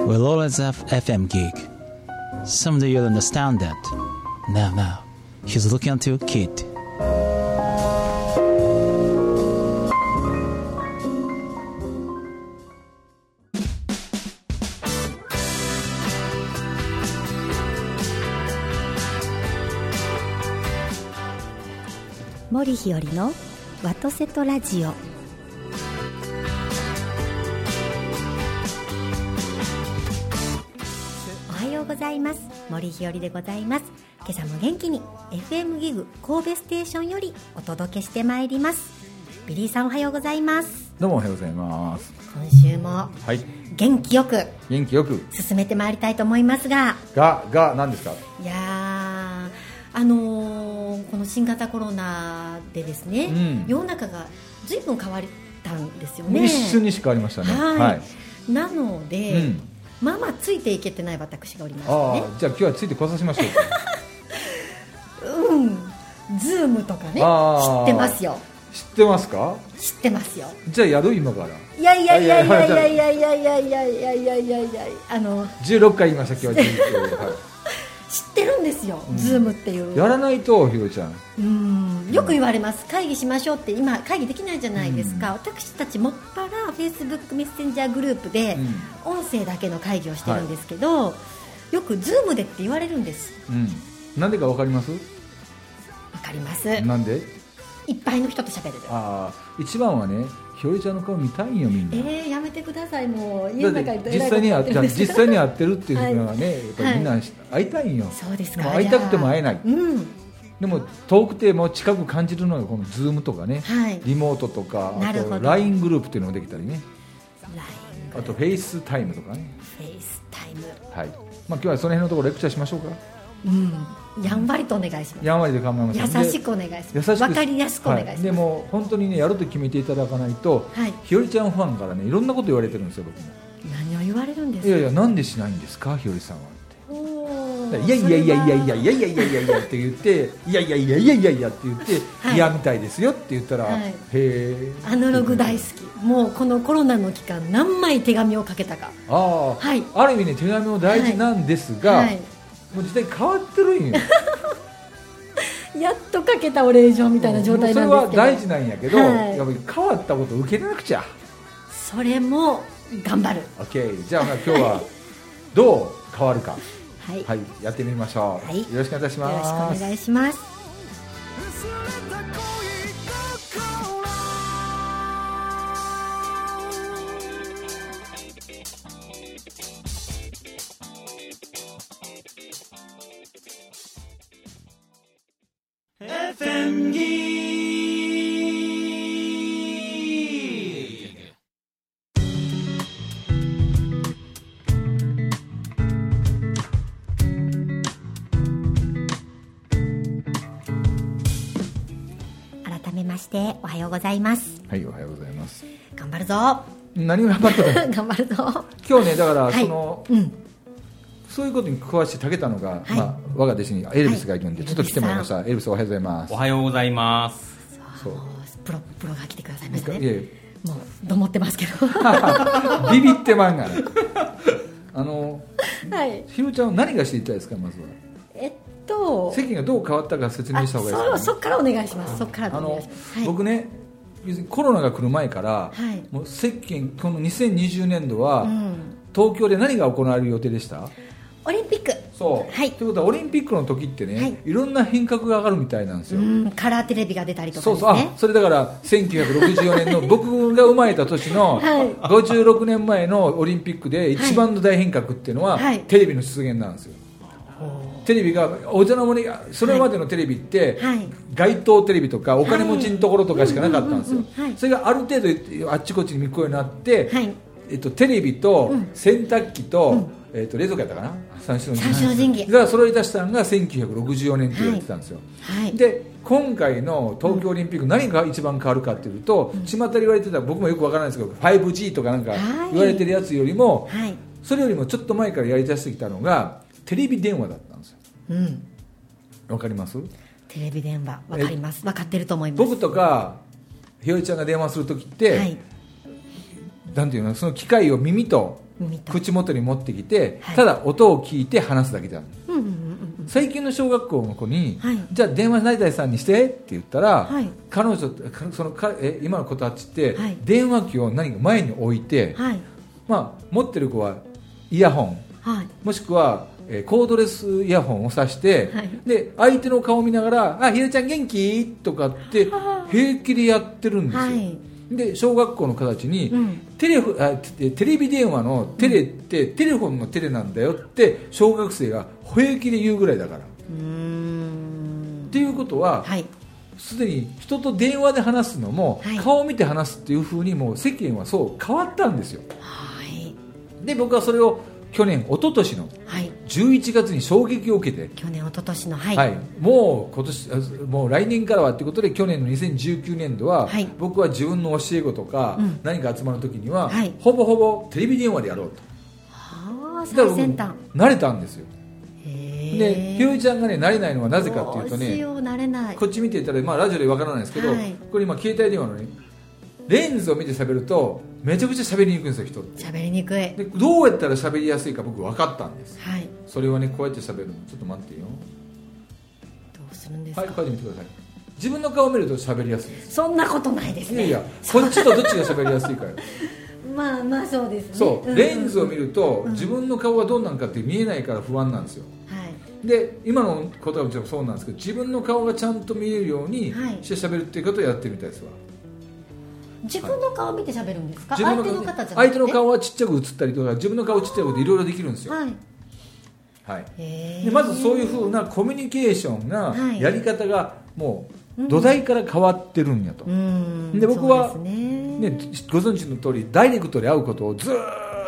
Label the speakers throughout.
Speaker 1: will always have FM gig. Someday you'll understand that. Now, now, he's looking at you, kid.
Speaker 2: 森日和のワトセトラジオおはようございます森日和でございます今朝も元気に FM ギグ神戸ステーションよりお届けしてまいりますビリーさんおはようございます
Speaker 3: どうもおはようございます。
Speaker 2: 今週も
Speaker 3: はい、
Speaker 2: 元気よく
Speaker 3: 元気よく
Speaker 2: 進めてまいりたいと思いますが
Speaker 3: がが何ですか。
Speaker 2: いやーあのーこの新型コロナでですね、
Speaker 3: うん
Speaker 2: 世の中がずいぶん変わったんですよね
Speaker 3: 一瞬にしかありましたね。
Speaker 2: はい、
Speaker 3: はい。
Speaker 2: なので、
Speaker 3: うん
Speaker 2: まあまあついていけてない私がおりまして
Speaker 3: あ
Speaker 2: ね
Speaker 3: あ、じゃあ今日はついてこさせましょうか。
Speaker 2: うんズームとかね
Speaker 3: あ
Speaker 2: 知
Speaker 3: ー
Speaker 2: ってますよ
Speaker 3: 知ってますか。
Speaker 2: 知ってますよ
Speaker 3: じゃあやる今から。
Speaker 2: いやいやいやいやいやいやいやいやいやいやいやいやいやあの
Speaker 3: 十六回言いました今日は19、は
Speaker 2: 知ってるんですよ、
Speaker 3: うん
Speaker 2: ズームっていう
Speaker 3: い。やらないとひろちゃん。
Speaker 2: うんよく言われます会議しましょうって今会議できないじゃないですか、私たちもっぱらフェイスブックメッセンジャーグループで音声だけの会議をしてるんですけど、よくズームでって言われるんです
Speaker 3: うん。うん。なんでかわかります。
Speaker 2: わかります
Speaker 3: なんで。
Speaker 2: いっぱいの人と喋れる
Speaker 3: ああ、一番はね、ひろちゃんの顔見たいよみんな。
Speaker 2: えー、やめてくださいもう家
Speaker 3: だ
Speaker 2: の
Speaker 3: っ
Speaker 2: 中
Speaker 3: て
Speaker 2: えらい
Speaker 3: 実
Speaker 2: こと
Speaker 3: 際に
Speaker 2: や
Speaker 3: あ
Speaker 2: っ
Speaker 3: ってて
Speaker 2: るんです
Speaker 3: 実際に会ってるっていうのはね、やっぱりみん
Speaker 2: は
Speaker 3: な会いたいんよ。
Speaker 2: そうです
Speaker 3: も
Speaker 2: か
Speaker 3: う会いたくても会えない
Speaker 2: うん
Speaker 3: でも遠くても近く感じるのがこのズームとかね。
Speaker 2: はい
Speaker 3: リモートとか、
Speaker 2: な
Speaker 3: あ
Speaker 2: るほど
Speaker 3: と LINE グループっていうのもできたりね、
Speaker 2: LINE
Speaker 3: あとフェイスタイムとかね、
Speaker 2: フェイスタイム
Speaker 3: はいまあ、今日はその辺のところレクチャーしましょうか、
Speaker 2: うんやんばりとお願いしま
Speaker 3: やんわりで考えますす
Speaker 2: 優しくお願いし
Speaker 3: 優
Speaker 2: ま
Speaker 3: し
Speaker 2: す
Speaker 3: く
Speaker 2: わかりやすくお願いしま
Speaker 3: は
Speaker 2: す、
Speaker 3: でも本当にねやると決めていただかないと、
Speaker 2: はい
Speaker 3: ひよりちゃんファンからねいろんなこと言われてるんですよ、僕も。
Speaker 2: 何を言われるんですか
Speaker 3: いやいや、なんでしないんですか、ひよりさんはっ
Speaker 2: おー
Speaker 3: て。いやいやいやいやいや
Speaker 2: それはい
Speaker 3: やいやいやいやいやって言って、いやいやいやいやいやいやって言って、
Speaker 2: はい
Speaker 3: いやみたいですよって言ったら、
Speaker 2: はい
Speaker 3: へえ。
Speaker 2: アナログ大好きもうこのコロナの期間何枚手紙をかけたか
Speaker 3: ああ、
Speaker 2: はい
Speaker 3: ある意味ね手紙も大事なんですが、
Speaker 2: はい
Speaker 3: もう時代変わってるんよ
Speaker 2: やっとかけたお礼状みたいな状態なんですけど
Speaker 3: もうそれは大事なんやけど、
Speaker 2: はい
Speaker 3: やっぱり変わったことを受けなくちゃ
Speaker 2: それも頑張る
Speaker 3: OK じゃあまあ今日はどう変わるか
Speaker 2: はい、
Speaker 3: はいやってみましょう、
Speaker 2: はい
Speaker 3: よろしくお願いします
Speaker 2: よろしくお願いします
Speaker 4: 薄れた恋心
Speaker 2: 改めましておはようございます
Speaker 3: はいおはようございます
Speaker 2: 頑張るぞ
Speaker 3: 何が頑張ったの
Speaker 2: 頑張るぞ
Speaker 3: 今日ねだから
Speaker 2: はい
Speaker 3: その、
Speaker 2: うん
Speaker 3: そういうことに詳しいたけたのが、
Speaker 2: はい
Speaker 3: まあ、我が弟子にエルビスがいるんで、
Speaker 2: はい
Speaker 3: ちょっと来てもらいましたエルビスおはようございます
Speaker 5: おはようございます。
Speaker 3: そう
Speaker 2: もうプロプロが来てくださいました
Speaker 3: いやい
Speaker 2: ね
Speaker 3: や
Speaker 2: もうどもってますけど
Speaker 3: ビビってまんがなあの
Speaker 2: はい
Speaker 3: ひろちゃんは何が知りたいですかまずは
Speaker 2: えっと
Speaker 3: 席がどう変わったか説明
Speaker 2: あ
Speaker 3: した
Speaker 2: そ
Speaker 3: 方がいいですかね、
Speaker 2: うそっからお願いしますそっから
Speaker 3: あ
Speaker 2: お願
Speaker 3: の
Speaker 2: いします、はい、
Speaker 3: 僕ね別にコロナが来る前から、
Speaker 2: はい
Speaker 3: もう石鹸この2020年度は、
Speaker 2: うん
Speaker 3: 東京で何が行われる予定でした
Speaker 2: オリンピック
Speaker 3: そう、
Speaker 2: はい
Speaker 3: ということはオリンピックの時ってね、
Speaker 2: はい
Speaker 3: い、ろんな変革が上がるみたいなんですよ、
Speaker 2: うんカラーテレビが出たりとか
Speaker 3: そう
Speaker 2: です
Speaker 3: そうあ
Speaker 2: ね
Speaker 3: それだから1964年の 僕が生まれた年の
Speaker 2: はい
Speaker 3: 56年前のオリンピックで一番の大変革っていうのは、
Speaker 2: はい
Speaker 3: テレビの出現なんですよ、テレビがお茶の間にそれまでのテレビって、
Speaker 2: はい
Speaker 3: 街頭テレビとかお金持ちのところとかしかなかったんです
Speaker 2: うんうんうんうんはい
Speaker 3: よそれがある程度あっちこっちに見こえになって、
Speaker 2: はい
Speaker 3: えっと、テレビと
Speaker 2: うん
Speaker 3: 洗濯機と,、えっと冷蔵庫やったかな三種の
Speaker 2: 三種の神器
Speaker 3: だからそれを出したのが1964年って言われてたんですよ、
Speaker 2: はい
Speaker 3: で今回の東京オリンピック何が一番変わるかっていうと、巷で言われてた僕もよくわからないですけど 5G とかなんか
Speaker 2: はい
Speaker 3: 言われてるやつよりも、
Speaker 2: はい
Speaker 3: それよりもちょっと前からやり出してきたのがテレビ電話だったんですよ
Speaker 2: うん
Speaker 3: わかります
Speaker 2: テレビ電話わかりますわかってると思います
Speaker 3: 僕とかひよりちゃんが電話する時って、
Speaker 2: はい
Speaker 3: なんていうのその機械を耳と
Speaker 2: 見た
Speaker 3: 口元に持ってきて、
Speaker 2: はい
Speaker 3: ただ音を聞いて話すだけじゃん
Speaker 2: うんうんうん
Speaker 3: 最近の小学校の子に、
Speaker 2: はい
Speaker 3: じゃあ電話成田さんにしてって言ったら、
Speaker 2: はい
Speaker 3: 彼女かそのかえ今の子たちって、
Speaker 2: はい
Speaker 3: 電話機を何か前に置いて、
Speaker 2: うんはい
Speaker 3: まあ、持ってる子はイヤホン
Speaker 2: はい
Speaker 3: もしくは、えーコードレスイヤホンをさして、
Speaker 2: はい
Speaker 3: で相手の顔を見ながら「あひでちゃん元気?」とかって
Speaker 2: はあ
Speaker 3: 平気でやってるんですよ、
Speaker 2: はい
Speaker 3: で小学校の子たちに、
Speaker 2: うん
Speaker 3: テレフあテテレビ電話のテレって、テレフォンのテレなんだよって小学生が平気で言うぐらいだから。
Speaker 2: うーん
Speaker 3: っていうことは
Speaker 2: はい
Speaker 3: すで、に人と電話で話すのも、
Speaker 2: はい
Speaker 3: 顔を見て話すっていうふうにもう世間はそう変わったんですよ
Speaker 2: はい
Speaker 3: で僕はそれを去年一昨年の
Speaker 2: はい
Speaker 3: 11月に衝撃を受けて
Speaker 2: 去年一昨年のはい、
Speaker 3: はい、もう今年あもう来年からはということで去年の2019年度は、
Speaker 2: はい
Speaker 3: 僕は自分の教え子とか、
Speaker 2: うん
Speaker 3: 何か集まる時には、
Speaker 2: はい
Speaker 3: ほぼほぼテレビ電話でやろうと
Speaker 2: ああ
Speaker 3: だ
Speaker 2: 最
Speaker 3: から
Speaker 2: 先端
Speaker 3: 僕慣れたんですよ
Speaker 2: へ
Speaker 3: でひろちゃんがね慣れないのはなぜかっていうと
Speaker 2: どうし
Speaker 3: ね
Speaker 2: ようなれない
Speaker 3: こっち見ていたら、まあ、ラジオでわからないですけど、
Speaker 2: はい
Speaker 3: これ今携帯電話のねレンズを見て喋るとめちゃくちゃ喋りにくいんですよ人って
Speaker 2: 喋りにくい
Speaker 3: でどうやったら喋りやすいか僕分かったんです
Speaker 2: はい
Speaker 3: それはねこうやって喋るのちょっと待ってよ
Speaker 2: どうするんですか、
Speaker 3: はいこうやって見てください自分の顔を見ると喋りやすいです
Speaker 2: そんなことないです
Speaker 3: い
Speaker 2: ね
Speaker 3: やいやこっちとどっちが喋りやすいか よ
Speaker 2: まあまあそうですね
Speaker 3: そうレンズを見
Speaker 2: る、
Speaker 3: ると
Speaker 2: うん
Speaker 3: 自分の顔がどうなんかって見えないから不安なんですよ
Speaker 2: はい、
Speaker 3: で今のことはもちろんそうなんですけど自分の顔がちゃんと見えるように
Speaker 2: はい
Speaker 3: して喋るっていうことをやってるみたいですわ
Speaker 2: 自分の顔見て喋るんですか
Speaker 3: 自
Speaker 2: 相
Speaker 3: 分
Speaker 2: 手の
Speaker 3: 顔
Speaker 2: 方じゃな
Speaker 3: 相
Speaker 2: くて
Speaker 3: 手の顔はちっちゃく映ったりとか自分の顔ちっちゃいこといろいろできるんですよ、
Speaker 2: はい
Speaker 3: はい、
Speaker 2: へ
Speaker 3: で
Speaker 2: え
Speaker 3: まずそういうふうなコミュニケーションな
Speaker 2: はい
Speaker 3: やり方がもう土台から変わってるんやと、
Speaker 2: うん
Speaker 3: で僕は
Speaker 2: そうですね
Speaker 3: ね、ご存知の通りダイレクトで会うことをずー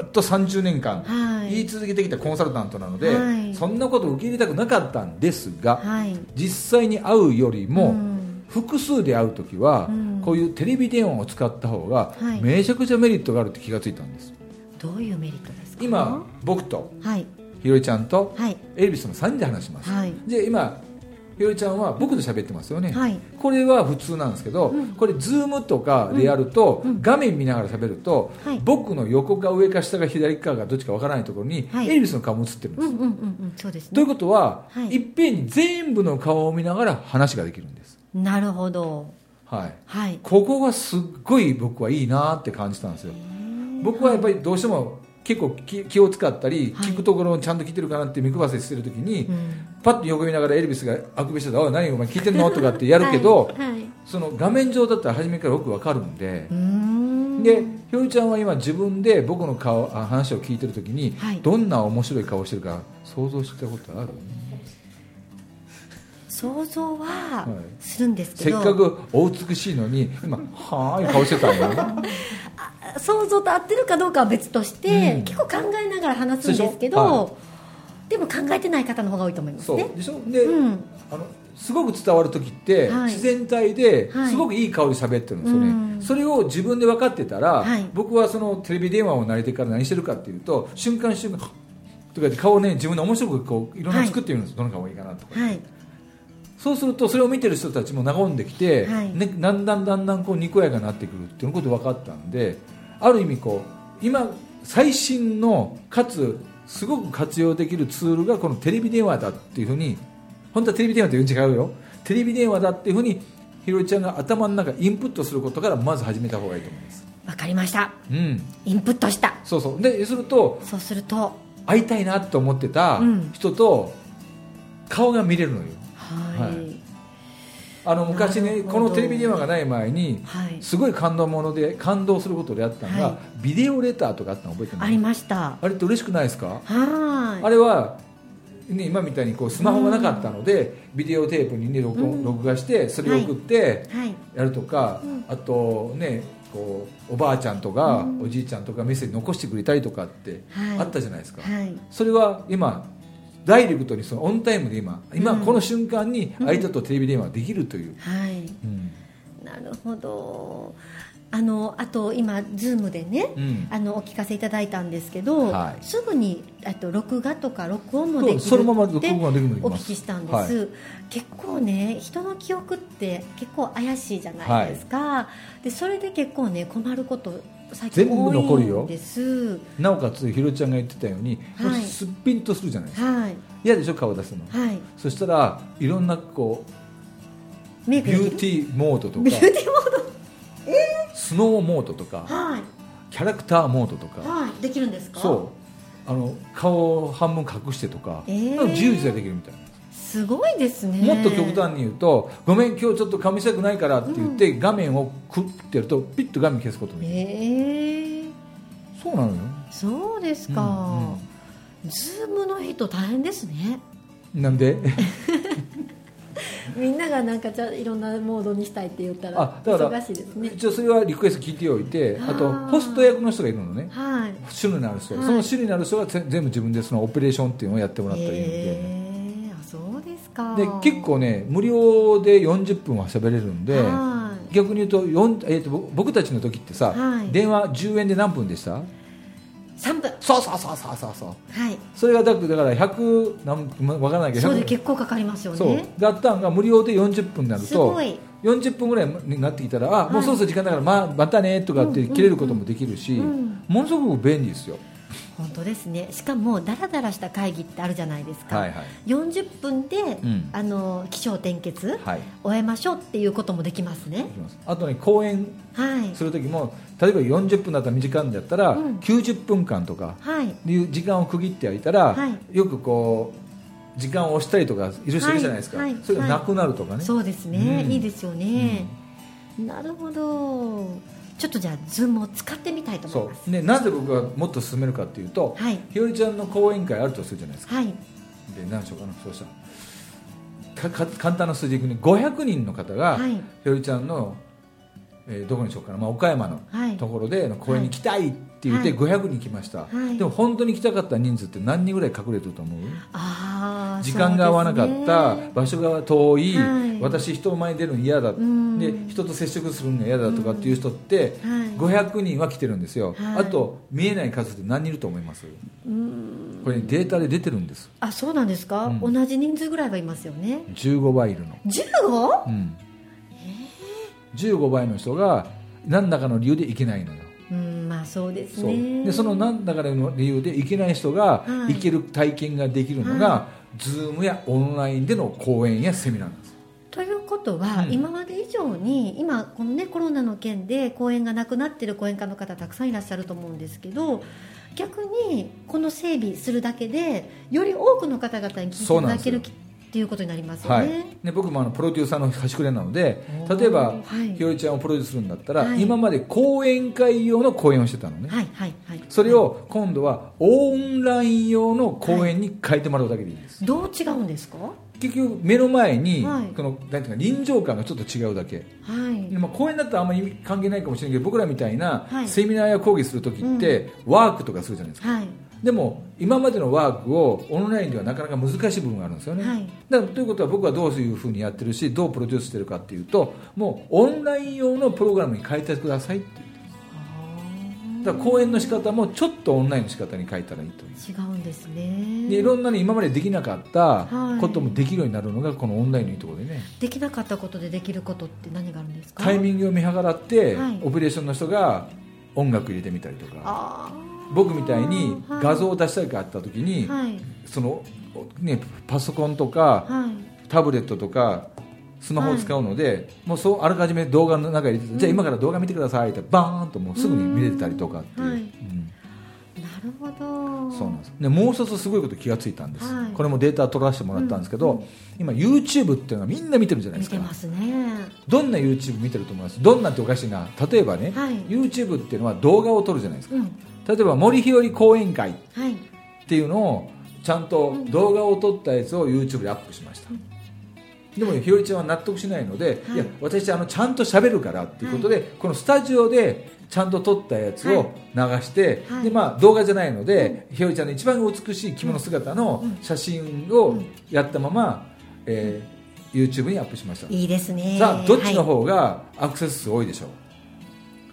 Speaker 3: っと30年間
Speaker 2: はい
Speaker 3: 言い続けてきたコンサルタントなので、
Speaker 2: はい
Speaker 3: そんなことを受け入れたくなかったんですが、
Speaker 2: はい
Speaker 3: 実際に会うよりも、
Speaker 2: うん
Speaker 3: 複数で会うときは、
Speaker 2: うん
Speaker 3: こういうテレビ電話を使った方が、
Speaker 2: はい
Speaker 3: めちゃくちゃメリットがあるって気がついたんです
Speaker 2: どういうメリットですか
Speaker 3: 今僕と
Speaker 2: はい
Speaker 3: ひろりちゃんと
Speaker 2: はい
Speaker 3: エルビスの3人で話します、
Speaker 2: はい
Speaker 3: で今ひろりちゃんは僕と喋ってますよね、
Speaker 2: はい
Speaker 3: これは普通なんですけど、これズームとかでやると、画面見ながら喋ると、
Speaker 2: はい
Speaker 3: 僕の横か上か下か左かがどっちかわからないところに、
Speaker 2: はい
Speaker 3: エルビスの顔も映ってるんで
Speaker 2: う
Speaker 3: す、
Speaker 2: んうんうんうんそうです
Speaker 3: とい
Speaker 2: ね
Speaker 3: うことは、
Speaker 2: はい
Speaker 3: い、っぺんに全部の顔を見ながら話ができるんです、
Speaker 2: なるほど
Speaker 3: はい、
Speaker 2: はい
Speaker 3: ここがすっごい僕はいいなって感じたんですよ僕はやっぱりどうしても結構気気を使ったり、
Speaker 2: はい
Speaker 3: 聞くところをちゃんと聞いてるかなって目配せしてる時に、
Speaker 2: うん
Speaker 3: パッと横見ながらエルビスがあくびしてたら「おい何お前聞いてんの?」とかってやるけど、
Speaker 2: はい、はい、
Speaker 3: その画面上だったら初めからよくわかるんで
Speaker 2: うー、ん
Speaker 3: でひよりちゃんは今自分で僕の顔あ話を聞いてる時に、
Speaker 2: はい
Speaker 3: どんな面白い顔してるか想像したことある
Speaker 2: 想像は
Speaker 3: はい
Speaker 2: するんですけ
Speaker 3: せっ
Speaker 2: ど、
Speaker 3: かくお美しいのに今「はーい」顔してたんだよ
Speaker 2: 想像と合ってるかどうかは別として、
Speaker 3: うん
Speaker 2: 結構考えながら話すんですけ
Speaker 3: でしょは
Speaker 2: どで,、も考えてない方の方が多いと思います
Speaker 3: そう
Speaker 2: ね
Speaker 3: でしょで、
Speaker 2: うん
Speaker 3: あのすごく伝わる時って、
Speaker 2: はい
Speaker 3: 自然体で
Speaker 2: はい
Speaker 3: すごくいい顔で喋ってるんですよね、
Speaker 2: うん
Speaker 3: それを自分で分かってたら、
Speaker 2: はい
Speaker 3: 僕はそのテレビ電話を慣れてから何してるかっていうと瞬間瞬間とか言って顔をね自分で面白くこういろんなの作ってみるんです、どの顔がいいかなとか
Speaker 2: はい
Speaker 3: そうするとそれを見てる人たちも和んできて、
Speaker 2: はい
Speaker 3: ね、だんだんだんだんこうにこやかになってくるっていうことが分かったんである意味こう今最新のかつすごく活用できるツールがこのテレビ電話だっていうふうに本当はテレビ電話というん違うよテレビ電話だっていうふうにひろりちゃんが頭の中インプットすることからまず始めた方がいいと思います
Speaker 2: わかりました
Speaker 3: うん
Speaker 2: インプットした
Speaker 3: そうそうですると
Speaker 2: そうするとは
Speaker 3: 会いたいなと思ってた人と顔が見れるのよ、
Speaker 2: い、は
Speaker 3: はいいあの昔
Speaker 2: なる
Speaker 3: ね
Speaker 2: ほど
Speaker 3: このテレビ電話がない前にすごい感動もので感動することであったのが、
Speaker 2: は
Speaker 3: ビデオレターとかあったの覚えてま
Speaker 2: あ
Speaker 3: す
Speaker 2: りました
Speaker 3: あれって嬉しくないですか、
Speaker 2: はーい
Speaker 3: あれは、ね、今みたいにこうスマホがなかったので、ビデオテープに、ね、録音
Speaker 2: うん
Speaker 3: 録画してそれを送って
Speaker 2: はい
Speaker 3: やるとか、
Speaker 2: うん
Speaker 3: あとねこうおばあちゃんとか、
Speaker 2: うん
Speaker 3: おじいちゃんとかメッセージ残してくれたりとかって
Speaker 2: はい
Speaker 3: あったじゃないですか、
Speaker 2: はい
Speaker 3: それは今ダイレクトにそのオンタイムで今今
Speaker 2: うん
Speaker 3: この瞬間に相手とテレビ電話ができるという、
Speaker 2: はい
Speaker 3: うん
Speaker 2: なるほどあのあと今ズームでね、
Speaker 3: うん
Speaker 2: あのお聞かせいただいたんですけど、
Speaker 3: はい
Speaker 2: すぐにあと録画とか録音もできるって
Speaker 3: そうそのまま録音ができるのでき
Speaker 2: お
Speaker 3: ます
Speaker 2: 聞きしたんです、
Speaker 3: は
Speaker 2: 結構ね人の記憶って結構怪しいじゃないですか、でそれで結構ね困ること最
Speaker 3: 全
Speaker 2: 近
Speaker 3: 部
Speaker 2: 多
Speaker 3: 残
Speaker 2: い
Speaker 3: るよ
Speaker 2: んです
Speaker 3: なおかつひろちゃんが言ってたように、
Speaker 2: はい
Speaker 3: もうすっぴんとするじゃないですか
Speaker 2: はい
Speaker 3: 嫌でしょ顔出すの、
Speaker 2: はい
Speaker 3: そしたらいろんなこう
Speaker 2: メイ
Speaker 3: ビ
Speaker 2: クでき
Speaker 3: ュ
Speaker 2: る
Speaker 3: ーティーモードとか
Speaker 2: ビューティーモー
Speaker 3: スノーモード
Speaker 2: ド
Speaker 3: とか
Speaker 2: はい
Speaker 3: キャラクターモードとか
Speaker 2: はいできるんですか
Speaker 3: そうあの顔を半分隠してとか,、
Speaker 2: えー
Speaker 3: 自由自在できるみたいな、
Speaker 2: すごいですね
Speaker 3: もっと極端に言うとごめん今日ちょっと髪したくないからって言って、画面をクッてやるとピッと画面消すこともできる、
Speaker 2: ええ
Speaker 3: そうなのよ
Speaker 2: そうです
Speaker 3: うん
Speaker 2: か
Speaker 3: う、
Speaker 2: ズームの人大変です ね
Speaker 3: なんで
Speaker 2: みんながなんかじゃあいろんなモードにしたいって言ったら
Speaker 3: あだから
Speaker 2: 忙しいですね
Speaker 3: 一応それはリクエスト聞いておいてあと
Speaker 2: あー
Speaker 3: ホスト役の人がいるのね
Speaker 2: はい
Speaker 3: 種類のある人、
Speaker 2: はい
Speaker 3: その種類のある人が全全部自分でそのオペレーションっていうのをやってもらったりで,、
Speaker 2: ええあそうですか
Speaker 3: で結構ね無料で40分は喋れるんで
Speaker 2: はい
Speaker 3: 逆に言うと,、よんえー、とぼ僕たちの時ってさ、
Speaker 2: はい
Speaker 3: 電話10円で何分でした
Speaker 2: 3分
Speaker 3: そうそうそうそうそうそう
Speaker 2: はい
Speaker 3: それがだだから100何分わからないけど
Speaker 2: そうで
Speaker 3: 100
Speaker 2: 結構かかりますよ
Speaker 3: そう
Speaker 2: ね
Speaker 3: だったんが無料で40分になる
Speaker 2: す
Speaker 3: と
Speaker 2: ごい
Speaker 3: 40分ぐらいになってきたら、あもう
Speaker 2: はい
Speaker 3: そろそろ時間だから、まあ、またねとかって切れることもできるし、
Speaker 2: うんうんうん
Speaker 3: ものすごく便利ですよ、
Speaker 2: 本当ですねしかもダラダラした会議ってあるじゃないですか、
Speaker 3: はいはい
Speaker 2: 40分で、
Speaker 3: ん
Speaker 2: あの起承転結、
Speaker 3: はい、
Speaker 2: 終えましょうっていうこともできますね
Speaker 3: できますあとね講演
Speaker 2: はい
Speaker 3: する時も例えば40分だったら短いんだったら、
Speaker 2: うん
Speaker 3: 90分間とか
Speaker 2: はい
Speaker 3: いう時間を区切ってやいたら、
Speaker 2: は
Speaker 3: よくこう時間を押したりとかいる人いるじゃないですか、
Speaker 2: はいはい
Speaker 3: それがなくなるとかね、
Speaker 2: そうですね、
Speaker 3: うん
Speaker 2: いいですよね、なるほどちょっとじゃあズームを使ってみたいと思い
Speaker 3: そ
Speaker 2: ます
Speaker 3: うね、なぜ僕がもっと進めるかっていうと、
Speaker 2: はい
Speaker 3: ひよりちゃんの講演会あるとするじゃないですか
Speaker 2: はい
Speaker 3: で何でしょうかなそうしたらかか簡単な数字いくね500人の方が、
Speaker 2: はい
Speaker 3: ひよりちゃんの、えーどこにしようかな、まあ、岡山の
Speaker 2: はい
Speaker 3: ところでの講演に来たいって言って500人来ました、
Speaker 2: はい
Speaker 3: でも本当に来たかった人数って何人ぐらい隠れてると思う
Speaker 2: ああ
Speaker 3: 時間が合わなかった、場所が遠い、
Speaker 2: はい
Speaker 3: 私人前に出るの嫌だ、
Speaker 2: ん
Speaker 3: で人と接触するの嫌だとかっていう人って、500人は来てるんですよ、
Speaker 2: はい
Speaker 3: あと見えない数って何人いると思いますこれデータで出てるんです
Speaker 2: あそうなんですか、
Speaker 3: うん
Speaker 2: 同じ人数ぐらいはいますよね
Speaker 3: 15倍いるの、
Speaker 2: 15?
Speaker 3: うん、15倍の人が何らかの理由で行けないのよ
Speaker 2: うんまあそうです
Speaker 3: そう
Speaker 2: ね
Speaker 3: でその何らかの理由で行けない人が
Speaker 2: はい
Speaker 3: 行ける体験ができるのが、
Speaker 2: は
Speaker 3: Zoom やオンラインでの講演やセミナーなんです
Speaker 2: ということは、
Speaker 3: うん
Speaker 2: 今まで以上に今このねコロナの件で公演がなくなってる講演家の方たくさんいらっしゃると思うんですけど逆にこの整備するだけでより多くの方々に聞いていただける
Speaker 3: そうなんですよ
Speaker 2: っていうことになりますよ
Speaker 3: はい
Speaker 2: ね、
Speaker 3: で僕もあのプロデューサーの端くれなので
Speaker 2: おー
Speaker 3: 例えば、
Speaker 2: はい
Speaker 3: ひよりちゃんをプロデュースするんだったら、
Speaker 2: はい
Speaker 3: 今まで講演会用の講演をしてたのね、
Speaker 2: はい、はいはい
Speaker 3: それを今度はオンライン用の講演に変えてもらうだけでいいです、
Speaker 2: どう違うんですかは
Speaker 3: 結局目の前に、
Speaker 2: はい
Speaker 3: このなんていうか臨場感がちょっと違うだけ、
Speaker 2: い
Speaker 3: まあ、講演だったらあんまり関係ないかもしれないけど僕らみたいな
Speaker 2: はい
Speaker 3: セミナーや講義する時って、ワークとかするじゃないですか
Speaker 2: はい
Speaker 3: でも今までのワークをオンラインではなかなか難しい部分があるんですよね、
Speaker 2: はい
Speaker 3: だからということは僕はどういうふうにやってるしどうプロデュースしてるかっていうともうオンライン用のプログラムに変えてくださいって言ってますだから講演の仕方もちょっとオンラインの仕方に変えたらいいという
Speaker 2: 違うんです
Speaker 3: でい
Speaker 2: ね
Speaker 3: ろんなね今までできなかった
Speaker 2: はい
Speaker 3: こともできるようになるのがこのオンラインのいいところでね
Speaker 2: できなかったことでできることって何があるんですか
Speaker 3: タイミングを見計らって、
Speaker 2: はい
Speaker 3: オペレーションの人が音楽入れてみたりとか
Speaker 2: あー
Speaker 3: 僕みたいに
Speaker 2: はい
Speaker 3: 画像を出したいかあった時に、
Speaker 2: はい
Speaker 3: その、ね、パソコンとか
Speaker 2: はい
Speaker 3: タブレットとかスマホを使うので、もうそうあらかじめ動画の中に入れて、じゃあ今から動画見てくださいってバーンともうすぐに見れてたりとかっていう、
Speaker 2: はい
Speaker 3: うん
Speaker 2: なるほど
Speaker 3: そうなんですでもう一つすごいこと気がついたんです、
Speaker 2: はい
Speaker 3: これもデータ取らせてもらったんですけど、今 YouTube っていうのはみんな見てるじゃない
Speaker 2: 見
Speaker 3: ですか
Speaker 2: てますね
Speaker 3: どんな YouTube 見てると思いますどんなっておかしいな例えばね、
Speaker 2: はい
Speaker 3: YouTube っていうのは動画を撮るじゃないですか
Speaker 2: うん
Speaker 3: 例えば森日和講演会っ
Speaker 2: はい
Speaker 3: ていうのをちゃんと動画を撮ったやつを YouTube でアップしました、でも日和ちゃんは納得しないので、
Speaker 2: はい
Speaker 3: い、や私あのちゃんと喋るからっていうことで、このスタジオでちゃんと撮ったやつを流して、
Speaker 2: はい
Speaker 3: でまあ、動画じゃないので、ひよりちゃんの一番美しい着物姿の写真をやったまま、えー YouTube にアップしました
Speaker 2: いいですね
Speaker 3: さあどっちの
Speaker 2: は
Speaker 3: 方がアクセス数多いでしょ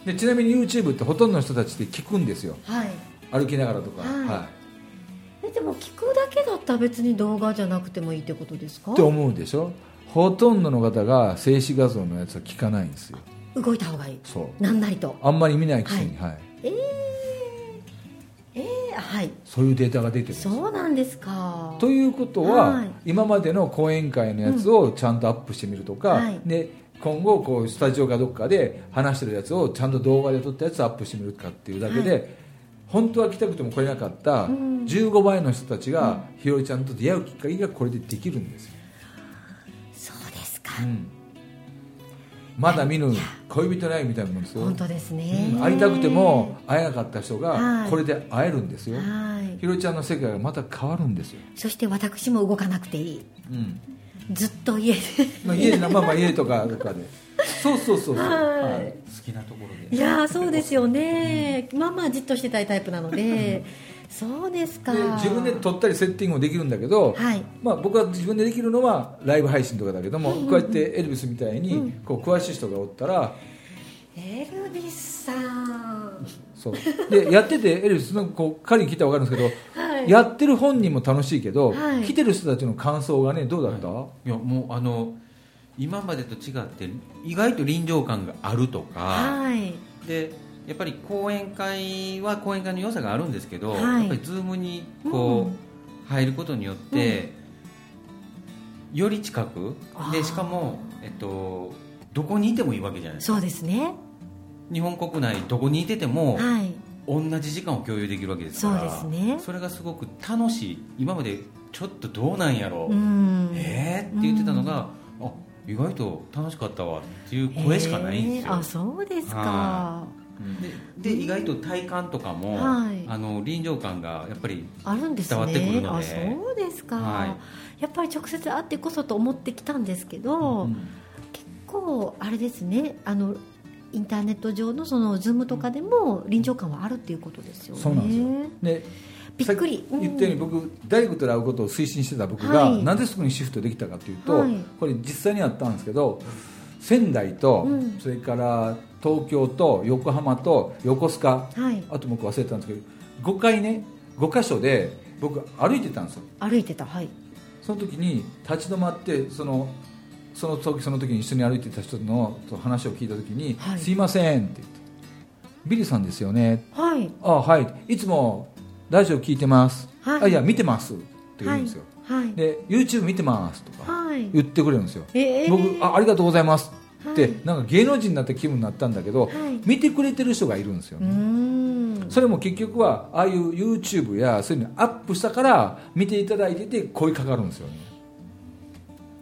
Speaker 3: う、でちなみに YouTube ってほとんどの人たちって聞くんですよ
Speaker 2: い、はい
Speaker 3: 歩きながらとか、
Speaker 2: はい
Speaker 3: は
Speaker 2: えでも聞くだけだったら別に動画じゃなくてもいいってことです
Speaker 3: い、
Speaker 2: か
Speaker 3: って思うでしょほとんどの方が静止画像のやつは聞かないんですよ
Speaker 2: 動いた方がいい
Speaker 3: そう
Speaker 2: なんなりと
Speaker 3: あんまり見ないくせに、はい
Speaker 2: えー、えー、はい
Speaker 3: そういうデータが出てるんですよ
Speaker 2: そうなんですか
Speaker 3: ということは、
Speaker 2: はい
Speaker 3: 今までの講演会のやつをちゃんとアップしてみるとか、
Speaker 2: はい
Speaker 3: で今後こうスタジオかどっかで話してるやつをちゃんと動画で撮ったやつをアップしてみるかっていうだけで、
Speaker 2: はい
Speaker 3: 本当は来たくても来れなかった
Speaker 2: ん
Speaker 3: 15倍の人たちが、ひよりちゃんと出会うきっかけがこれでできるんですよ、
Speaker 2: そうですか、
Speaker 3: うんまだ見ぬ恋人の愛みたいなもんですよ
Speaker 2: 本当ですね、
Speaker 3: うん会いたくても会えなかった人が
Speaker 2: はい
Speaker 3: これで会えるんですよ、
Speaker 2: はい
Speaker 3: ひろりちゃんの世界がまた変わるんですよ、
Speaker 2: そして私も動かなくていい
Speaker 3: うん、
Speaker 2: ずっと家で
Speaker 3: まあ、家でなまあまあ家とかとかでそうそうそうそう
Speaker 2: はい
Speaker 5: 好きなところで
Speaker 2: いやーそうですよね、まあまあじっとしてたいタイプなのでそうですか
Speaker 3: で自分で撮ったりセッティングもできるんだけど、
Speaker 2: はい
Speaker 3: まあ、僕は自分でできるのはライブ配信とかだけども、こうやってエルビスみたいにこう詳しい人がおったら、
Speaker 2: エルビスさん
Speaker 3: そうでやっててエルビスのこう彼に聞いたら分かるんですけど、
Speaker 2: はい
Speaker 3: やってる本人も楽しいけど、
Speaker 2: はい
Speaker 3: 来てる人たちの感想がねどうだった、
Speaker 5: いやもうあの今までと違って意外と臨場感があるとか、
Speaker 2: はい
Speaker 5: でやっぱり講演会は講演会の良さがあるんですけど、
Speaker 2: はい
Speaker 5: やっぱりズームに
Speaker 2: う
Speaker 5: こう、
Speaker 2: ん
Speaker 5: 入ることによって、より近く
Speaker 2: あー
Speaker 5: でしかも、えっと、どこにいてもいいわけじゃないですか
Speaker 2: そうですね
Speaker 5: 日本国内どこにいてても、
Speaker 2: はい
Speaker 5: 同じ時間を共有できるわけです
Speaker 2: そ
Speaker 5: か
Speaker 2: う
Speaker 5: ら
Speaker 2: ですね
Speaker 5: それがすごく楽しい今までちょっとどうなんやろう、
Speaker 2: うん
Speaker 5: えーって言ってたのが、あ意外と楽しかったわっていう声しかないんです
Speaker 2: へー
Speaker 5: よ
Speaker 2: あ、そうですか
Speaker 5: はでで意外と体感とかも、
Speaker 2: はい
Speaker 5: あの臨場感がやっぱり
Speaker 2: あるんですね
Speaker 5: 伝わってくるの
Speaker 2: あ
Speaker 5: で
Speaker 2: そうですか、
Speaker 5: は
Speaker 2: やっぱり直接会ってこそと思ってきたんですけど、
Speaker 3: うん
Speaker 2: 結構あれですねあのインターネット上のそのズームとかでも臨場感はあるっていうことですよね
Speaker 3: そうなんですよで
Speaker 2: びっくり
Speaker 3: さっき言ったように僕ダイレクトで会うことを推進してた僕が、
Speaker 2: はい
Speaker 3: なぜそこにシフトできたかというと、
Speaker 2: はい
Speaker 3: これ実際にあったんですけど仙台と、
Speaker 2: うん
Speaker 3: それから東京と横浜と横須賀
Speaker 2: はい
Speaker 3: あと僕忘れてたんですけど5回ね5箇所で僕歩いてたんですよ
Speaker 2: 歩いてたはい
Speaker 3: その時に立ち止まってそのその時その時に一緒に歩いてた人のと話を聞いた時に「
Speaker 2: はい
Speaker 3: すいません」って言って「ビリーさんですよね」
Speaker 2: はい
Speaker 3: あはいいつもラジオ聞いてます、
Speaker 2: はい
Speaker 3: あいや見てますって言うんですよ、
Speaker 2: はい
Speaker 3: で YouTube 見てますとか
Speaker 2: はい
Speaker 3: 言ってくれるんですよ、
Speaker 2: えー
Speaker 3: 僕あありがとうございますって、
Speaker 2: はい
Speaker 3: なんか芸能人になった気分になったんだけど、
Speaker 2: はい
Speaker 3: 見てくれてる人がいるんですよ
Speaker 2: う
Speaker 3: ね、
Speaker 2: ーん
Speaker 3: それも結局はああいう YouTube やそういうのアップしたから見ていただいてて声かかるんですよね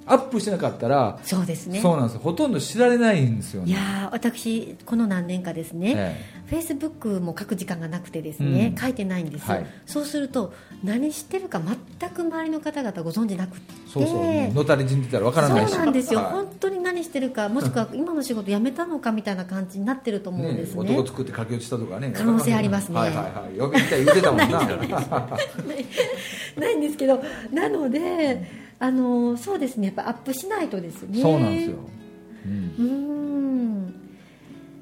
Speaker 3: アップしてなかったら、
Speaker 2: そうですね
Speaker 3: そうなんですよほとんど知られないんですよ
Speaker 2: い
Speaker 3: ね
Speaker 2: やー私この何年かですね、
Speaker 3: ええ
Speaker 2: フェイスブックも書く時間がなくてですね、
Speaker 3: うん
Speaker 2: 書いてないんですよ、
Speaker 3: はい
Speaker 2: そうすると何してるか全く周りの方々ご存知なくて
Speaker 3: そうそうのたれ死んでたらわからないし
Speaker 2: そうなんですよ、
Speaker 3: はい
Speaker 2: 本当に何してるかもしくは今の仕事辞めたのかみたいな感じになってると思うんですね
Speaker 3: 男作って駆け落ちしたとかね
Speaker 2: 可能性ありますね
Speaker 3: はいはいはいよく言った言ってたもんな
Speaker 2: ないんですけどなのであのそうですねやっぱアップしないとですね
Speaker 3: そうなんですよ、う
Speaker 2: うーん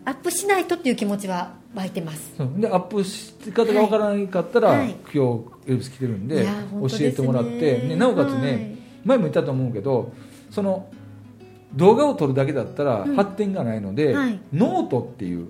Speaker 2: アップしないとっていう気持ちは湧いてます
Speaker 3: ん、でアップし方がわからなかったら、
Speaker 2: はいはい
Speaker 3: 今日エルビス来てるん
Speaker 2: い
Speaker 3: で
Speaker 2: や本当で
Speaker 3: 教
Speaker 2: すね
Speaker 3: えてもらって、ね、なおかつね、
Speaker 2: はい
Speaker 3: 前も言ったと思うけどその動画を撮るだけだったら
Speaker 2: うん
Speaker 3: 発展がないので、
Speaker 2: はい
Speaker 3: ノートっていう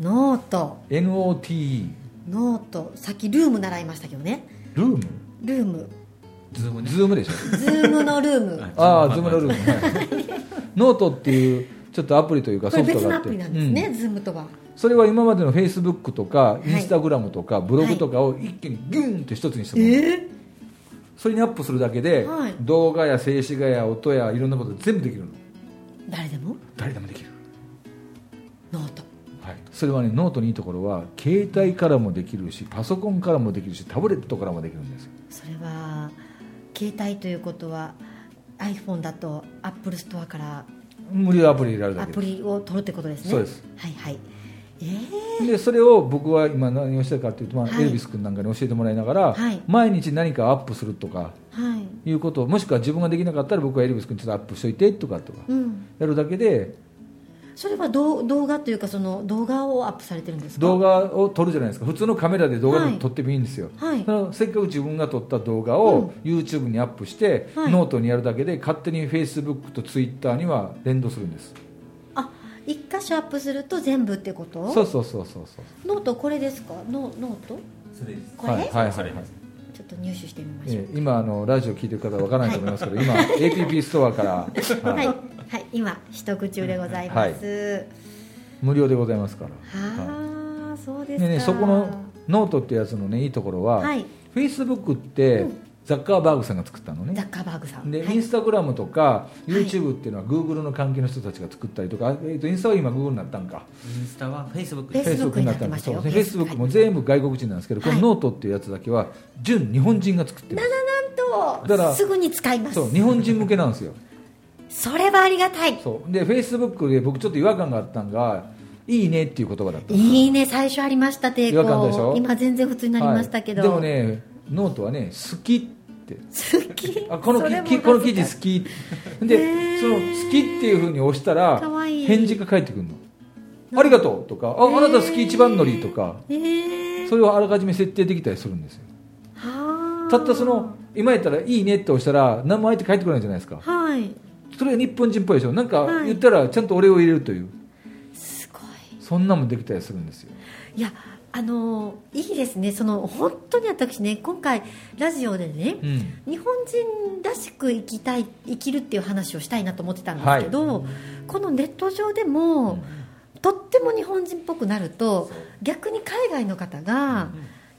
Speaker 2: ノート
Speaker 3: NOTE
Speaker 2: ノートさっきルーム習いましたけどね
Speaker 3: ルーム
Speaker 2: ルーム
Speaker 5: ズームね
Speaker 3: ズームでしょ
Speaker 2: ズームのルーム
Speaker 5: はい
Speaker 3: ああズームのルーム、はい、 ノートっていうちょっとアプリというか
Speaker 2: こ
Speaker 3: ソ
Speaker 2: れ
Speaker 3: フト
Speaker 2: 別の
Speaker 3: があ
Speaker 2: ア
Speaker 3: って
Speaker 2: プリなんです
Speaker 3: う
Speaker 2: ね、ズームとは
Speaker 3: それは今までのフェイスブックとか
Speaker 2: い
Speaker 3: インスタグラムとかブログとかを一気にギュンって一つにしてもらう、
Speaker 2: え
Speaker 3: それにアップするだけで、
Speaker 2: はい
Speaker 3: 動画や静止画や音やいろんなこと全部できるの
Speaker 2: 誰でも
Speaker 3: 誰でもできる、
Speaker 2: ノート
Speaker 3: はい、それはねノートのいいところは携帯からもできるしパソコンからもできるしタブレットからもできるんですよ
Speaker 2: それは携帯ということは iPhone だと Apple ストアから
Speaker 3: 無料アプリ入れられる
Speaker 2: ア
Speaker 3: だけ
Speaker 2: プ
Speaker 3: で
Speaker 2: リを取るってことですね
Speaker 3: そうです
Speaker 2: はいはいえ
Speaker 3: でそれを僕は今何をしてるかというと、まあ
Speaker 2: はい
Speaker 3: エルビス君なんかに教えてもらいながら、
Speaker 2: はい
Speaker 3: 毎日何かアップするとか
Speaker 2: えはい
Speaker 3: いうことをもしくは自分ができなかったら僕はエルビス君にちょっとアップしといてとかとか、
Speaker 2: うん
Speaker 3: やるだけで
Speaker 2: それはどう動画というかその動画をアップされてるんですか
Speaker 3: 動画を撮るじゃないですか普通のカメラで動画で撮ってもいいんですよ、
Speaker 2: はい
Speaker 3: そのせっかく自分が撮った動画を YouTube にアップして、
Speaker 2: はい
Speaker 3: ノートにやるだけで勝手に Facebook と Twitter には連動するんです
Speaker 2: あ一箇所アップすると全部ってこと
Speaker 3: そうそうそうそうそう
Speaker 2: ノートこれですかノノート
Speaker 5: それです
Speaker 2: これ、
Speaker 3: はいはい
Speaker 5: そ
Speaker 3: はい
Speaker 5: れ
Speaker 3: はい
Speaker 5: です
Speaker 2: ちょっと入手してみましょ
Speaker 3: え
Speaker 2: う、
Speaker 3: ー今あのラジオ聞いてる方はわからないと思いますけど今 APP ストアから、
Speaker 2: は、
Speaker 3: はいい
Speaker 2: はい、今一口中でございます、
Speaker 3: 無料でございますから
Speaker 2: は
Speaker 3: は
Speaker 2: あ、そうで
Speaker 3: い
Speaker 2: すか
Speaker 3: でねそこのノートってやつのねいいところは、
Speaker 2: はい
Speaker 3: フェイスブックって、
Speaker 2: うん
Speaker 3: ザッカーバーグさんが作ったのね
Speaker 2: ザッカーバーグさん
Speaker 3: で、
Speaker 2: は
Speaker 3: イ
Speaker 2: い
Speaker 3: ン、スタグラムとか YouTube っていうのは Google の関係の人たちが作ったりとか、あえー、とインスタは今 Google になったんか
Speaker 5: インスタはフェイスブック
Speaker 2: フェイス
Speaker 3: Facebook になったんかそうですね Facebook も全部外国人なんですけど、
Speaker 2: はい
Speaker 3: このノートっていうやつだけは純日本人が作ってる
Speaker 2: なん
Speaker 3: だか
Speaker 2: と
Speaker 3: ら
Speaker 2: すぐに使います
Speaker 3: そ
Speaker 2: そう
Speaker 3: 日本人向けなんですよ
Speaker 2: れはありがたい
Speaker 3: そうで Facebook で僕ちょっと違和感があったんが「いいね」っていう言葉だった
Speaker 2: いいね最初ありました抵
Speaker 3: 違和感でしょ
Speaker 2: 抗今全然普通になりましたけど、
Speaker 3: はいでもねノートはね「好き」って
Speaker 2: 好き
Speaker 3: あこの
Speaker 2: それも
Speaker 3: きこの記事好きで、
Speaker 2: ねえ
Speaker 3: その好きっていうふうに押したら
Speaker 2: かわいい
Speaker 3: 返事が返ってくるのありがとうとかああなた好き一番乗りとか
Speaker 2: えー、
Speaker 3: それをあらかじめ設定できたりするんですよ
Speaker 2: はあ
Speaker 3: たったその今やったら「いいね」って押したら何も相手返ってこないじゃないですか
Speaker 2: はい
Speaker 3: それが日本人っぽいでしょなんか
Speaker 2: はい
Speaker 3: 言ったらちゃんとお礼を入れるという
Speaker 2: すごい
Speaker 3: そんなんもできたりするんですよ
Speaker 2: いやあのいいですねその本当に私ね今回ラジオでね、
Speaker 3: うん
Speaker 2: 日本人らしく生きたい生きるっていう話をしたいなと思ってたんですけど、このネット上でも、とっても日本人っぽくなると逆に海外の方が、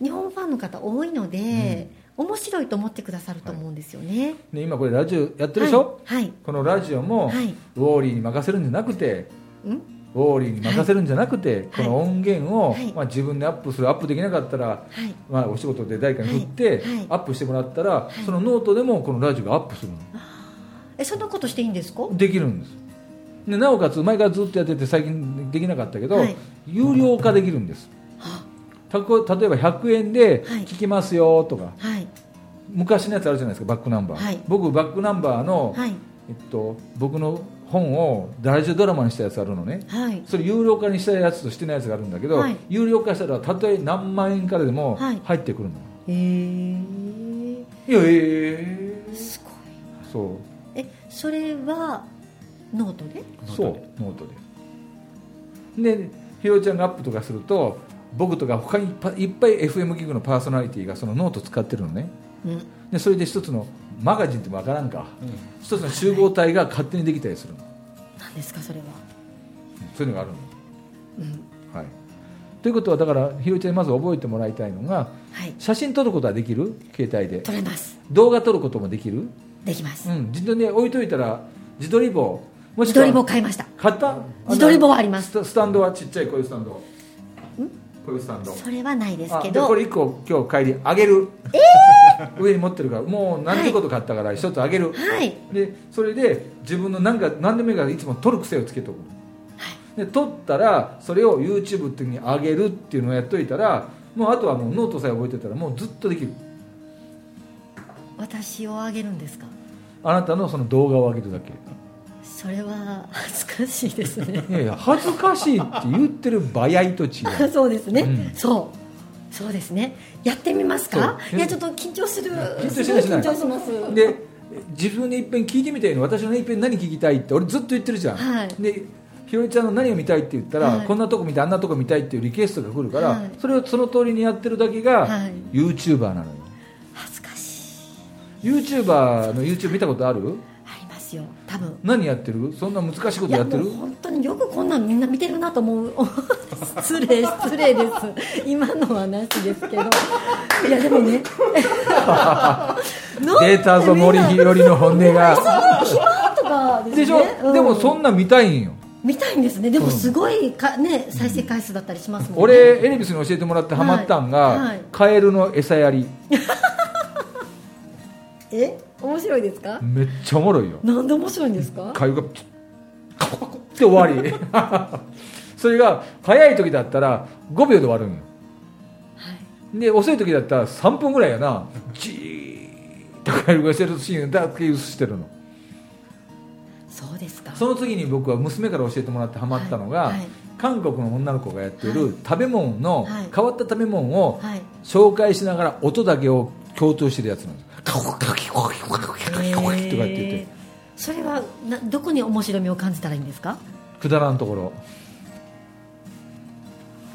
Speaker 2: 日本ファンの方多いので、面白いと思ってくださると思うんですよね、
Speaker 3: で今これラジオやってるでしょ、
Speaker 2: はい、
Speaker 3: このラジオも、
Speaker 2: はい
Speaker 3: ウォーリーに任せるんじゃなくて
Speaker 2: はい、ん
Speaker 3: ウォーリーに任せるんじゃなくて、この音源を、
Speaker 2: はい
Speaker 3: まあ、自分でアップするアップできなかったら、
Speaker 2: はい
Speaker 3: まあ、お仕事で誰かに振って、
Speaker 2: はいはい
Speaker 3: アップしてもらったら、
Speaker 2: い
Speaker 3: そのノートでもこのラジオがアップするの
Speaker 2: えそんなことしていいんですか
Speaker 3: できるんですでなおかつ前からずっとやってて最近できなかったけど、
Speaker 2: はい
Speaker 3: 有料化できるんです
Speaker 2: は
Speaker 3: たこ例えば100円で
Speaker 2: はい
Speaker 3: 聞きますよとか、
Speaker 2: はい
Speaker 3: 昔のやつあるじゃないですかバックナンバー、
Speaker 2: はい
Speaker 3: 僕バックナンバーの、
Speaker 2: はい
Speaker 3: えっと、僕の本をラジオドラマにしたやつあるのね
Speaker 2: はい
Speaker 3: それ有料化にしたやつとしてないやつがあるんだけど、
Speaker 2: はい
Speaker 3: 有料化したらたとえ何万円からでも
Speaker 2: はい
Speaker 3: 入ってくるの、
Speaker 2: えー、
Speaker 3: い、やええ
Speaker 2: すごい
Speaker 3: そ
Speaker 2: えそれはノートで
Speaker 3: うそうノートででひろちゃんがアップとかすると僕とか他にいっぱいいっぱい FM ギグのパーソナリティがそのノート使ってるのね
Speaker 2: うん
Speaker 3: でそれで一つのマガジンってわからんか、一つの集合体が勝手にできたりするの
Speaker 2: 何ですかそれは
Speaker 3: そういうのがあるの、はい、ということはだからひろちゃんにまず覚えてもらいたいのが
Speaker 2: はい
Speaker 3: 写真撮ることはできる携帯で
Speaker 2: 取れます
Speaker 3: 動画撮ることもできる、
Speaker 2: できます、
Speaker 3: うん、自動で置いといたら自撮り棒も
Speaker 2: 自撮り棒買いました
Speaker 3: 買ったあの
Speaker 2: 自撮り棒あります
Speaker 3: スタスタンドはちっちゃいこういうスタンドこういうスタンド
Speaker 2: それはないです
Speaker 3: あ
Speaker 2: け
Speaker 3: でこ
Speaker 2: ど
Speaker 3: れ1個今日帰りあげる、上に持ってるからもう何てこと買ったから一つあげる、
Speaker 2: はい
Speaker 3: でそれで自分の何か何でもいいからいつも撮る癖をつけておく、で撮ったらそれを YouTube っていう風に上げるっていうのをやっといたらもうあとはもうノートさえ覚えてたらもうずっとできる
Speaker 2: 私をあげるんですか
Speaker 3: あなたのその動画を上げるだけ
Speaker 2: それは恥ずかしいですね
Speaker 3: いやいや恥ずかしいって言ってる場合と違う
Speaker 2: そうですね、
Speaker 3: うん
Speaker 2: そうそうですねやってみますか
Speaker 3: そう
Speaker 2: いやちょっと緊張する
Speaker 3: 緊張しないしない
Speaker 2: すごい緊張します
Speaker 3: で自分でいっぺん聞いてみたいの私のねいっぺん何聞きたいって俺ずっと言ってるじゃん、
Speaker 2: はい
Speaker 3: でひよりちゃんの何を見たいって言ったら、
Speaker 2: はい
Speaker 3: こんなとこ見たいあんなとこ見たいっていうリクエストが来るから、
Speaker 2: はい
Speaker 3: それをその通りにやってるだけが、
Speaker 2: はい
Speaker 3: YouTuber なのよ
Speaker 2: 恥ずかしい
Speaker 3: YouTuber の YouTube 見たことある
Speaker 2: ありますよ多分
Speaker 3: 何やってるそんな難しいことやってる
Speaker 2: いもう本当によくこんなんみんな見てるなと思う 失礼失礼です今のはなしですけどいやでも ねなんで
Speaker 3: 出たぞ森ひよりの本音 が
Speaker 2: とかですね
Speaker 3: でしょ、
Speaker 2: うん
Speaker 3: でもそんなん見たいんよ
Speaker 2: 見たいんですねでもすごいか、ね、再生回数だったりしますもんね
Speaker 3: 俺エレビスに教えてもらってハマったんが、
Speaker 2: はいはい
Speaker 3: カエルの餌やり
Speaker 2: え面白いですか
Speaker 3: めっちゃおもろいよ
Speaker 2: なんで面白いんですか
Speaker 3: かゆが プチッカコカコって終わり それが早い時だったら5秒で終わるんよで遅い時だったら3分ぐらいやなじーっとカエルがしてるシーンだけ映してるの
Speaker 2: そうですか
Speaker 3: その次に僕は娘から教えてもらってハマったのが、
Speaker 2: はいはい
Speaker 3: 韓国の女の子がやって
Speaker 2: は
Speaker 3: る
Speaker 2: い
Speaker 3: 食べ物の、
Speaker 2: はい
Speaker 3: 変わった食べ物を
Speaker 2: はい
Speaker 3: 紹介しながら音だけを強調してるやつなんですカコカキコキコキコキコキコキとかって言って
Speaker 2: えーそれはなどこに面白みを感じたらいいんですか
Speaker 3: くだらんところ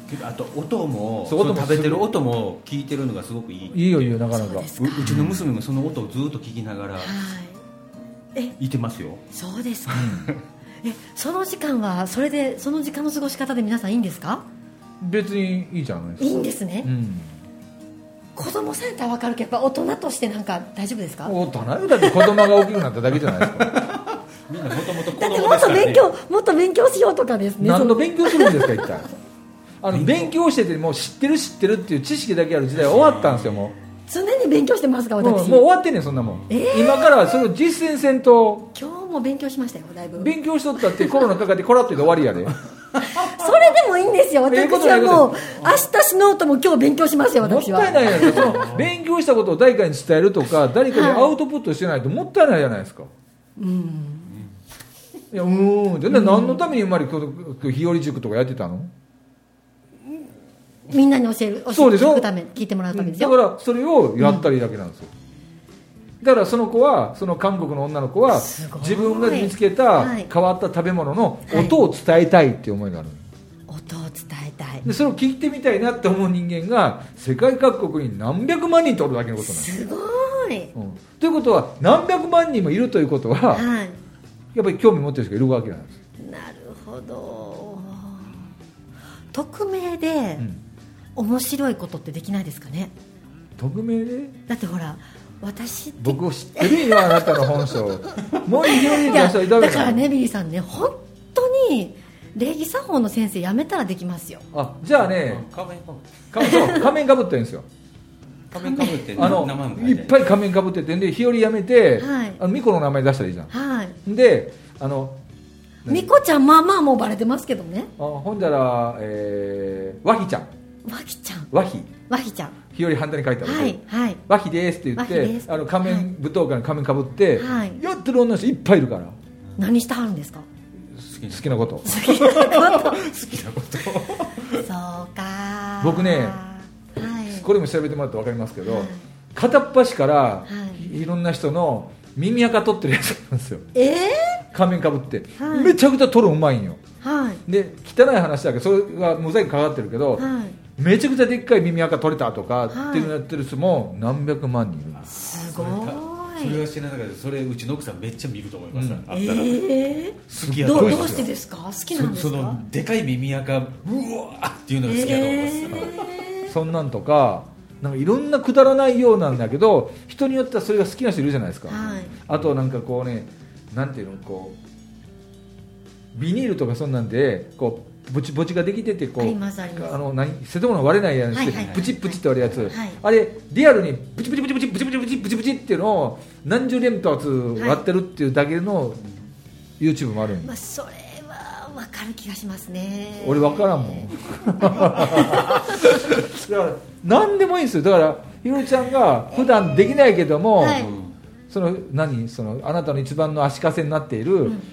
Speaker 5: けどあと音も
Speaker 3: そう音も
Speaker 5: その食べてる音も聞いてるのがすごくいい
Speaker 3: いいよいいよなか
Speaker 2: そ
Speaker 3: な
Speaker 2: う
Speaker 3: か
Speaker 2: です
Speaker 5: ううちの娘もその音をずっと聞きながら
Speaker 2: いえ
Speaker 5: いてますよ
Speaker 2: そうですかえその時間はそれでその時間の過ごし方で皆さんいいんですか
Speaker 3: 別にいいじゃないです
Speaker 2: い
Speaker 3: か
Speaker 2: いんですね、
Speaker 3: うん
Speaker 2: 子供さんやったら分かるけどやっぱ大人としてなんか大丈夫ですか
Speaker 3: 大人よだって子供が大きくなっただけじゃないです か
Speaker 5: みんなもともと子
Speaker 2: だって
Speaker 5: 供
Speaker 2: も
Speaker 5: で
Speaker 2: っ
Speaker 5: す
Speaker 2: と
Speaker 5: から
Speaker 2: 勉
Speaker 5: ね
Speaker 2: 強もっと勉強しようとかですね
Speaker 3: 何の
Speaker 2: そ
Speaker 3: 勉強するんですか 一体あの勉強しててもう知ってる知ってるっていう知識だけある時代は終わったんですよも
Speaker 2: 常に勉強してますか
Speaker 3: うもうもう
Speaker 2: 私、
Speaker 3: 終わってんねんそんなもん、
Speaker 2: えー
Speaker 3: 今からそれを実践せんと
Speaker 2: 今日も勉強しましたよだいぶ
Speaker 3: 勉強しとったってコロナかかってこらってで終わりやで
Speaker 2: それでもいいんですよ
Speaker 3: ええ
Speaker 2: 私
Speaker 3: こと
Speaker 2: はもう
Speaker 3: え
Speaker 2: 明日しノートも今日勉強しますよ
Speaker 3: も っ
Speaker 2: 私は
Speaker 3: たいないやんその勉強したことを誰かに伝える とか誰かにアウトプットしてないともったいないじゃないですか、
Speaker 2: うん
Speaker 3: いやうーんで何のために生まれこの日和塾とかやってたの
Speaker 2: みんなに教える教え
Speaker 3: そうでしょ
Speaker 2: 聞くため聞いてもらうためです
Speaker 3: だ
Speaker 2: よ
Speaker 3: からそれをやったりだけなんですよ、だからその子はその韓国の女の子は
Speaker 2: すごい
Speaker 3: 自分が見つけ
Speaker 2: は
Speaker 3: た
Speaker 2: い
Speaker 3: 変わった食べ物の音を伝えたいっていう思いがある
Speaker 2: 音を伝えたい
Speaker 3: でそれを聞いてみたいなって思う人間が世界各国に何百万人とおるだけのことなんです、
Speaker 2: すごい
Speaker 3: うんということは何百万人もいるということは
Speaker 2: はい
Speaker 3: やっぱり興味持ってる人がいるわけなんです、
Speaker 2: なるほど匿名で
Speaker 3: うん
Speaker 2: 面白いことってできないですかね
Speaker 3: 匿名で
Speaker 2: だってほら私って
Speaker 3: 僕を知ってるよあなたの本性もう日和塾
Speaker 2: い
Speaker 3: の
Speaker 2: や
Speaker 3: 人いたわ
Speaker 2: だ
Speaker 3: け
Speaker 2: からねビリーさんね本当に礼儀作法の先生やめたらできますよ
Speaker 3: あじゃあね
Speaker 5: 仮面かぶ
Speaker 3: かそう仮面かぶってるんですよ
Speaker 5: 仮面かぶって
Speaker 3: あ
Speaker 5: 名前も
Speaker 3: の
Speaker 5: 書
Speaker 3: い
Speaker 5: い
Speaker 3: ってぱい仮面かぶっててで日和やめて、
Speaker 2: はい
Speaker 3: あのミコの名前出したらいいじゃ
Speaker 2: はい
Speaker 3: んであの何
Speaker 2: みこちゃんまあまあもうバレてますけどね
Speaker 3: あほんだら、えー、和ひちゃん
Speaker 2: わきちゃん
Speaker 3: 和ひ
Speaker 2: わひちゃん
Speaker 3: 日和反対に書いてある、
Speaker 2: はいはい
Speaker 3: 和ひですって言っ
Speaker 2: 和ひで
Speaker 3: て
Speaker 2: す
Speaker 3: あの仮面、舞踏会の仮面かぶって、
Speaker 2: はい
Speaker 3: やってる女の人いっぱいいるから
Speaker 2: 何してはるんですか
Speaker 3: 好き なこと
Speaker 5: 好きなこと
Speaker 2: そうか
Speaker 3: 僕ね
Speaker 2: はい
Speaker 3: これも調べてもらって分かりますけど、
Speaker 2: はい
Speaker 3: 片っ端から、
Speaker 2: い
Speaker 3: い、ろんな人の耳垢取ってるやつなんですよ
Speaker 2: ええ
Speaker 3: 仮面かぶって、
Speaker 2: はい
Speaker 3: めちゃくちゃ取るうまいんよ
Speaker 2: はい
Speaker 3: で汚い話だけどそれがモザイクかかってるけ
Speaker 2: は
Speaker 3: ど、
Speaker 2: い
Speaker 3: めちゃくちゃでっかい耳垢取れたとか
Speaker 2: はい
Speaker 3: っていうのやってる人も何百万人いるんです
Speaker 2: すご
Speaker 5: それ
Speaker 2: い
Speaker 5: は知らなかったですそれうちの奥さんめっちゃ見ると思います、
Speaker 3: うん
Speaker 5: あったら、
Speaker 2: ええ
Speaker 5: 好きやと
Speaker 2: ど
Speaker 5: 思
Speaker 2: う
Speaker 5: い
Speaker 2: ど
Speaker 5: ま
Speaker 2: う
Speaker 5: す
Speaker 2: してですか好きなんで
Speaker 5: そ
Speaker 2: すか
Speaker 5: そのでかい耳垢うわーっていうのが好きやと思います、
Speaker 2: ええ
Speaker 3: そんなんとかなんかいろんなくだらないようなんだけど人によってはそれが好きな人いるじゃないですか、
Speaker 2: はい
Speaker 3: あとなんかこうねなんていうのこうビニールとかそんなんでこうぼちぼちができててこう
Speaker 2: ありますあります
Speaker 3: あの何瀬戸物割れないやつ、
Speaker 2: はいはい
Speaker 3: プチプチって割るやつ、
Speaker 2: はい
Speaker 3: あれリアルにプチプチプチプチプチプチプチプチプチっていうのを何十連発割ってるっていうだけの YouTube もあるんで、
Speaker 2: まあそれはわかる気がしますね
Speaker 3: 俺分からん もんだから何でもいいんですよだからひろちゃんが普段できないけども、
Speaker 2: はい
Speaker 3: その何そのあなたの一番の足かせになっている、
Speaker 2: ん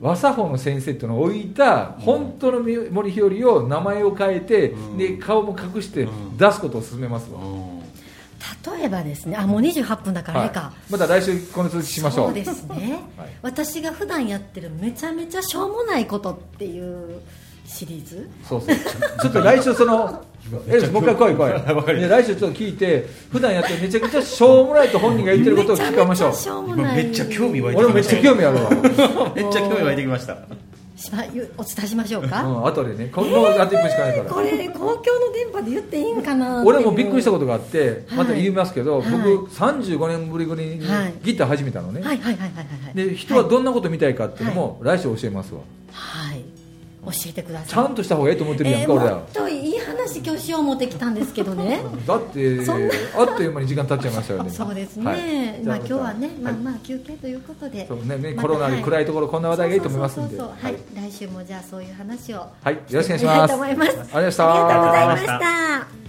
Speaker 3: 和作法の先生っていうのを置いた本当のみ森日和を名前を変えて、
Speaker 5: うん
Speaker 3: で顔も隠して
Speaker 5: うん
Speaker 3: 出すことを勧めますわ、
Speaker 5: うん
Speaker 2: 例えばですねあもう28分だからあれか、
Speaker 3: はい、また来週この続きしましょう
Speaker 2: そうですね、
Speaker 3: はい
Speaker 2: 私が普段やってるめちゃめちゃしょうもないことっていうシリーズ
Speaker 3: そうそう ちょっと来週そのえもう一回来い来いで来週ちょっと聞いて普段やってるめちゃくちゃしょうもないと本人が言ってることを聞かましょう
Speaker 2: めちゃめちゃしょうも
Speaker 5: 今
Speaker 2: ない
Speaker 5: めっちゃ興味湧いて
Speaker 3: 俺もめっちゃ興味あ るわ、
Speaker 5: めっちゃ興味湧いてきました
Speaker 2: しまゆお伝えしましょう
Speaker 3: う
Speaker 2: か、
Speaker 3: ん、後でねこもうあと1分しかないから
Speaker 2: これ公共の電波で言っていいんかなっていう
Speaker 3: 俺もびっくりしたことがあって
Speaker 2: はい
Speaker 3: また言いますけど、
Speaker 2: はい
Speaker 3: 僕35年ぶりぐらいに
Speaker 2: はい
Speaker 3: ギター始めたのね、
Speaker 2: はいはいはいはいはいはい
Speaker 3: で人はどんなこと見たいかっていうのも来週教えますわ
Speaker 2: はい教えてくだ
Speaker 3: ち
Speaker 2: さい
Speaker 3: ゃんとした方がいいと思ってるやん
Speaker 2: え
Speaker 3: か、
Speaker 2: ー
Speaker 3: 俺
Speaker 2: も
Speaker 3: ら
Speaker 2: っといい話今日しよう思ってきたんですけど ね
Speaker 3: だって
Speaker 2: そんな
Speaker 3: あっという間に時間経っちゃいましたよね
Speaker 2: そうですね、
Speaker 3: はい
Speaker 2: まあ今日はね、
Speaker 3: じ
Speaker 2: ま
Speaker 3: ゃ
Speaker 2: あ
Speaker 3: い
Speaker 2: まあ休憩ということで
Speaker 3: そうねね
Speaker 2: ま
Speaker 3: コ
Speaker 2: た
Speaker 3: ロナ
Speaker 2: は
Speaker 3: で暗いところこんな話題がいいと思いますん
Speaker 2: そ
Speaker 3: で
Speaker 2: うそうそうそうはい、来週もじゃあそういう話を
Speaker 3: はい、よろしくお願いし
Speaker 2: した
Speaker 3: ま
Speaker 2: い
Speaker 3: す。
Speaker 2: と思います。
Speaker 3: ありがとうございました
Speaker 2: ありがとうございました。